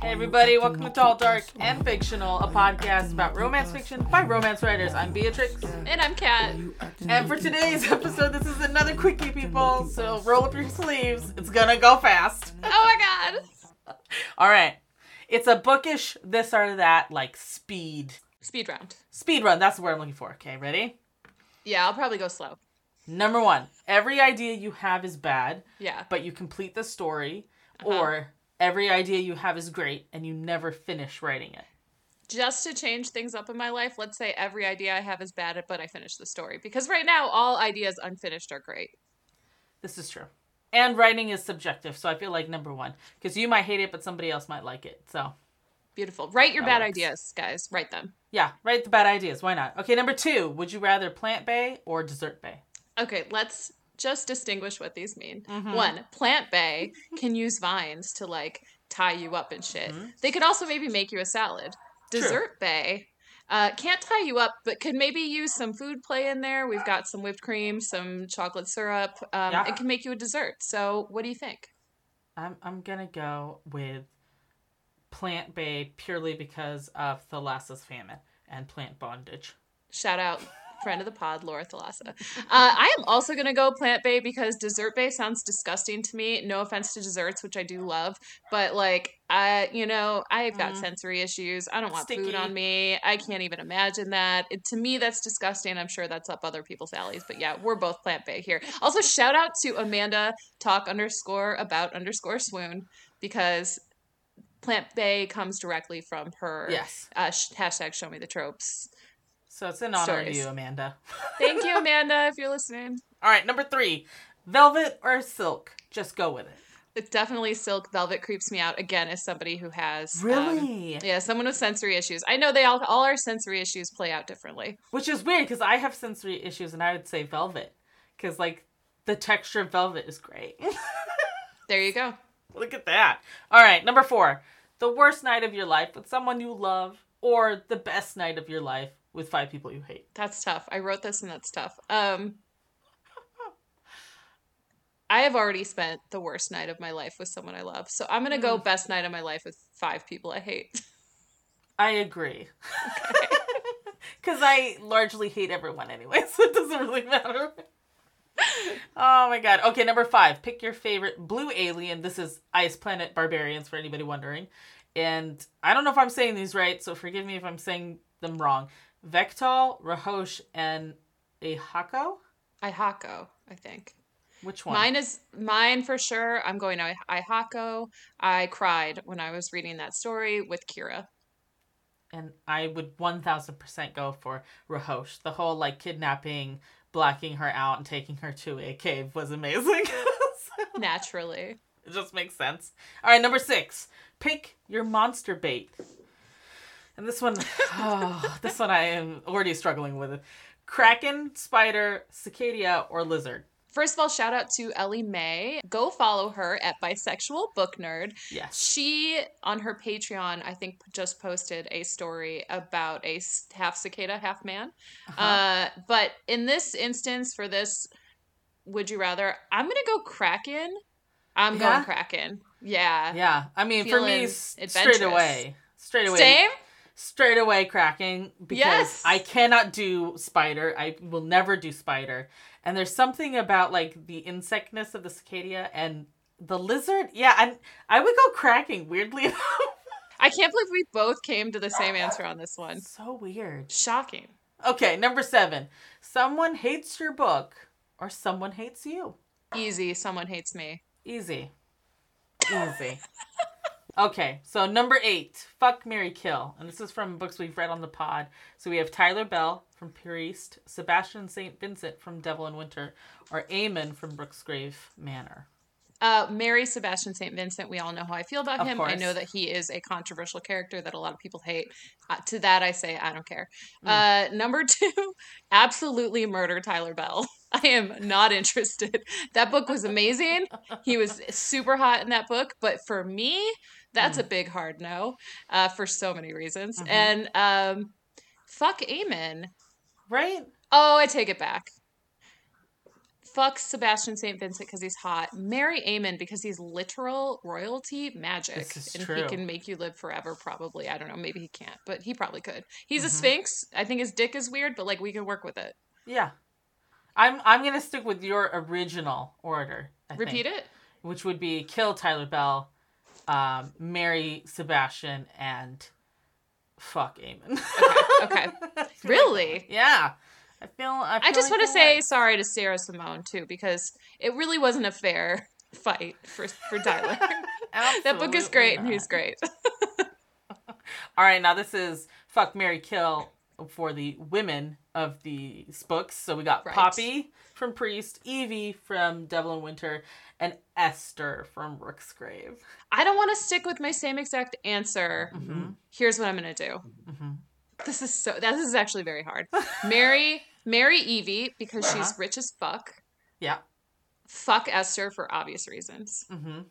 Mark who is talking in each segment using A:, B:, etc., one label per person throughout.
A: Hey everybody, welcome to Tall, Dark, and Fictional, a podcast about romance fiction by romance writers. I'm Beatrix.
B: And I'm Kat.
A: And for today's episode, this is another quickie, people, so roll up your sleeves. It's gonna go fast.
B: Oh my god.
A: All right. It's a bookish this or that, like speed.
B: Speed round.
A: Speed run, that's the word I'm looking for. Okay, ready?
B: Yeah, I'll probably go slow.
A: Number one every idea you have is bad,
B: Yeah.
A: but you complete the story, or every idea you have is great and you never finish writing it.
B: Just to change things up in my life, let's say every idea I have is bad, but I finish the story. Because right now, all ideas unfinished are great.
A: This is true. And writing is subjective, so I feel like number one. Because you might hate it, but somebody else might like it. So,
B: Beautiful. Write your
A: That
B: bad
A: works.
B: ideas, guys. Write them.
A: yeah, write the bad ideas. Why not? Okay, number two. Would you rather plant bay or dessert bay?
B: Okay, let's just distinguish what these mean.
A: Mhm.
B: One, Plant Bay can use vines to like tie you up and shit.
A: Mhm.
B: They could also maybe make you a salad.
A: True.
B: Dessert Bay uh, can't tie you up, but could maybe use some food play in there. We've got some whipped cream, some chocolate syrup, um,
A: Yeah.
B: and can make you a dessert. So, what do you think?
A: I'm, I'm going to go with plant bay purely because of Thalassa's famine and plant bondage.
B: Shout out friend of the pod, Laura Thalassa. Uh, I am also going to go plant bay because dessert bay sounds disgusting to me. No offense to desserts, which I do love, but like I, you know, I've got
A: Mhm.
B: sensory issues. I don't want food
A: Sticky.
B: on me. I can't even imagine that. It, to me, that's disgusting. I'm sure that's up other people's alleys, but yeah, we're both plant bay here. Also, shout out to Amanda talk underscore about underscore swoon because plant bay comes directly from her
A: Yes.
B: uh, sh- hashtag show me the tropes
A: So it's in honor of
B: Stories.
A: you, Amanda.
B: Thank you, Amanda, if you're listening.
A: All right, number three. Velvet or silk? Just go with it.
B: It's definitely silk velvet creeps me out again as somebody who has um, yeah, someone with sensory issues. I know they all all our sensory issues play out differently.
A: Which is weird because I have sensory issues and I would say velvet because, like, the texture of velvet is great.
B: There you go.
A: Look at that. All right, number four the worst night of your life with someone you love, or the best night of your life with five people you hate.
B: That's tough. I wrote this and that's tough. Um I have already spent the worst night of my life with someone I love. So I'm going to go best night of my life with five people I hate.
A: I agree. Because I largely hate everyone anyway, so it doesn't really matter. Oh my god. Okay, number five. Pick your favorite blue alien. This is Ice Planet Barbarians for anybody wondering. And I don't know if I'm saying these right, so forgive me if I'm saying them wrong. Vectol, Rahosh, and Ahako?
B: Ihako, I think.
A: Which one?
B: Mine is mine for sure. I'm going to I- Ihako. I cried when I was reading that story with Kira.
A: and I would 1000% go for Rahosh. The whole like kidnapping, blacking her out, and taking her to a cave was amazing. So,
B: Naturally.
A: it just makes sense. All right, number six pick your monster bait. And this one, oh, this one I am already struggling with. Kraken, spider, cicada, or lizard.
B: First of all, shout out to Ellie May. Go follow her at Bisexual Book Nerd.
A: Yes.
B: She on her Patreon, I think, just posted a story about a s- half cicada, half man.
A: Uh-huh.
B: Uh, but in this instance, for this, would you rather? I'm gonna go Kraken. I'm
A: Yeah?
B: going Kraken. Yeah.
A: Uh, yeah, I mean for me,
B: feeling
A: s- straight
B: adventurous.
A: away, straight away,
B: Same.
A: straight away cracking because
B: Yes.
A: I cannot do spider. I will never do spider. And there's something about like the insectness of the cicada and the lizard. Yeah, and I would go cracking weirdly enough.
B: I can't believe we both came to the same answer on this one.
A: so weird.
B: Shocking.
A: Okay, number seven. Someone hates your book or someone hates you.
B: Easy. Someone hates me.
A: Easy. Easy. okay, so number eight, fuck Mary Kill. And this is from books we've read on the pod. So we have Tyler Bell from Priest, Sebastian St. Vincent from Devil in Winter, or Eamon from Brooksgrave Manor.
B: Uh, Mary Sebastian St. Vincent, we all know how I feel about
A: Of
B: him. I know
A: course.
B: that he is a controversial character that a lot of people hate. Uh, to that, I say, I don't care.
A: Hmm.
B: Uh, number two, absolutely murder Tyler Bell. I am not interested. That book was amazing. He was super hot in that book, but for me, that's
A: Hmm.
B: a big hard no uh, for so many reasons.
A: Mhm.
B: And um, fuck Eamon.
A: Right?
B: Oh, I take it back. Fuck Sebastian St. Vincent because he's hot. Marry Eamon because he's literal royalty magic.
A: This is
B: and he
A: true.
B: can make you live forever, probably. I don't know. Maybe he can't, but he probably could. He's a
A: Mhm.
B: sphinx. I think his dick is weird, but like we can work with it.
A: Yeah. I'm I'm gonna stick with your original order. I
B: Repeat it.
A: it. Which would be kill Tyler Bell, um, marry Sebastian, and fuck Eamon.
B: Okay. Really?
A: yeah. I feel I,
B: I
A: feel
B: just
A: like
B: want to
A: I
B: say
A: like-
B: sorry to Sarah Simone too, because it really wasn't a fair fight for for Tyler. that book is
A: Absolutely
B: great, and
A: not.
B: he's great.
A: All right, now this is fuck Mary Kill for the women of these books. So we got
B: Right.
A: Poppy from Priest, Evie from Devil in Winter, and Esther from Rook's Grave.
B: I don't want to stick with my same exact answer.
A: Mhm.
B: Here's what I'm gonna do.
A: Mm-hmm.
B: This is so. This is actually very hard. Mary, marry Evie because she's
A: Uh-huh.
B: rich as fuck.
A: Yeah.
B: Fuck Esther for obvious reasons.
A: Mm-hmm.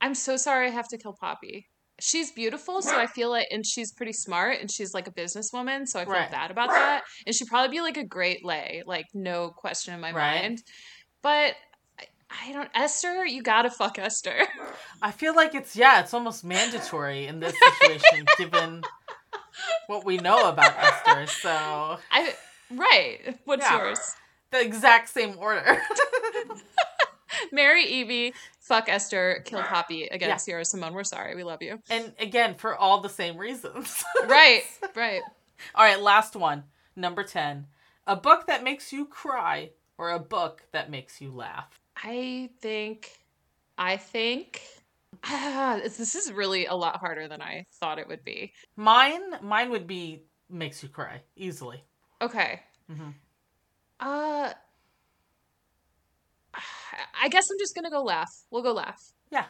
B: I'm so sorry I have to kill Poppy. She's beautiful, so I feel like, and she's pretty smart, and she's like a businesswoman, so I feel
A: Right.
B: bad about that. And she'd probably be like a great lay, like no question in my
A: Right.
B: mind. But I, I don't, Esther, you gotta fuck Esther.
A: I feel like it's yeah, it's almost mandatory in this situation given what we know about Esther. So
B: I right. What's
A: Yeah.
B: yours?
A: the exact same order.
B: Marry Evie, fuck Esther, kill Poppy. Again, Sierra Simone, we're sorry, we love you.
A: and again, for all the same reasons.
B: Right, right.
A: All right, last one. Number 10. A book that makes you cry or a book that makes you laugh.
B: I think, I think. Ah, this this is really a lot harder than I thought it would be.
A: Mine mine would be makes you cry easily.
B: Okay.
A: Mhm.
B: Uh, I guess I'm just gonna go laugh. We'll go laugh.
A: Yeah.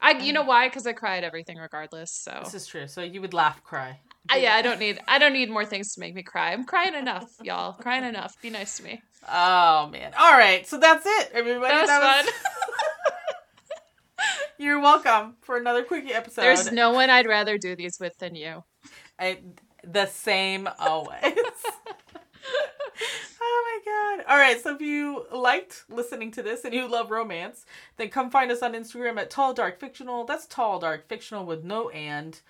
B: I, you know why? Because I cry at everything, regardless. So,
A: This is true. So you would laugh cry.
B: I, yeah, I don't need, I don't need more things to make me cry. I'm crying enough, y'all. Crying enough. Be nice to me.
A: Oh man. All right. So that's it, everybody.
B: That was fun.
A: You're welcome for another quickie episode.
B: There's no one I'd rather do these with than you.
A: I, the same always. oh my god. All right, so if you liked listening to this and you love romance, then come find us on Instagram at tall dark fictional. That's tall dark fictional with no and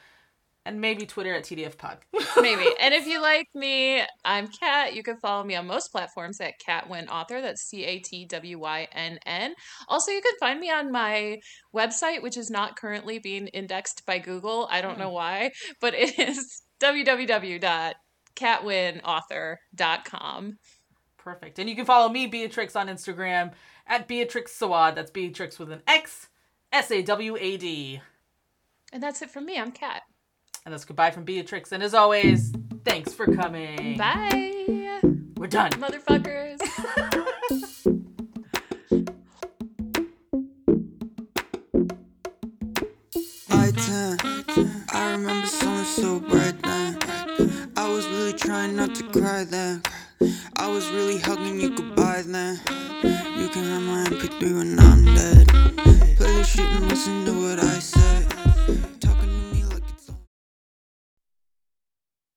A: and maybe Twitter at TDF pod.
B: Maybe. And if you like me, I'm Kat. You can follow me on most platforms at Catwin Author. That's C A T W Y N N. Also, you can find me on my website, which is not currently being indexed by Google. I don't know why, but it is www.catwinauthor.com.
A: Perfect. And you can follow me Beatrix on Instagram at Beatrix Sawad. That's Beatrix with an X S A W A D.
B: And that's it from me. I'm Kat.
A: And that's goodbye from Beatrix. And as always, thanks for coming.
B: Bye,
A: We're done.
B: motherfuckers.
C: I ten. I remember someone so bright then. I was really trying not to cry then. I was really hugging you goodbye then. You can have my MP3 when I'm dead. Play the shit and listen to what I say.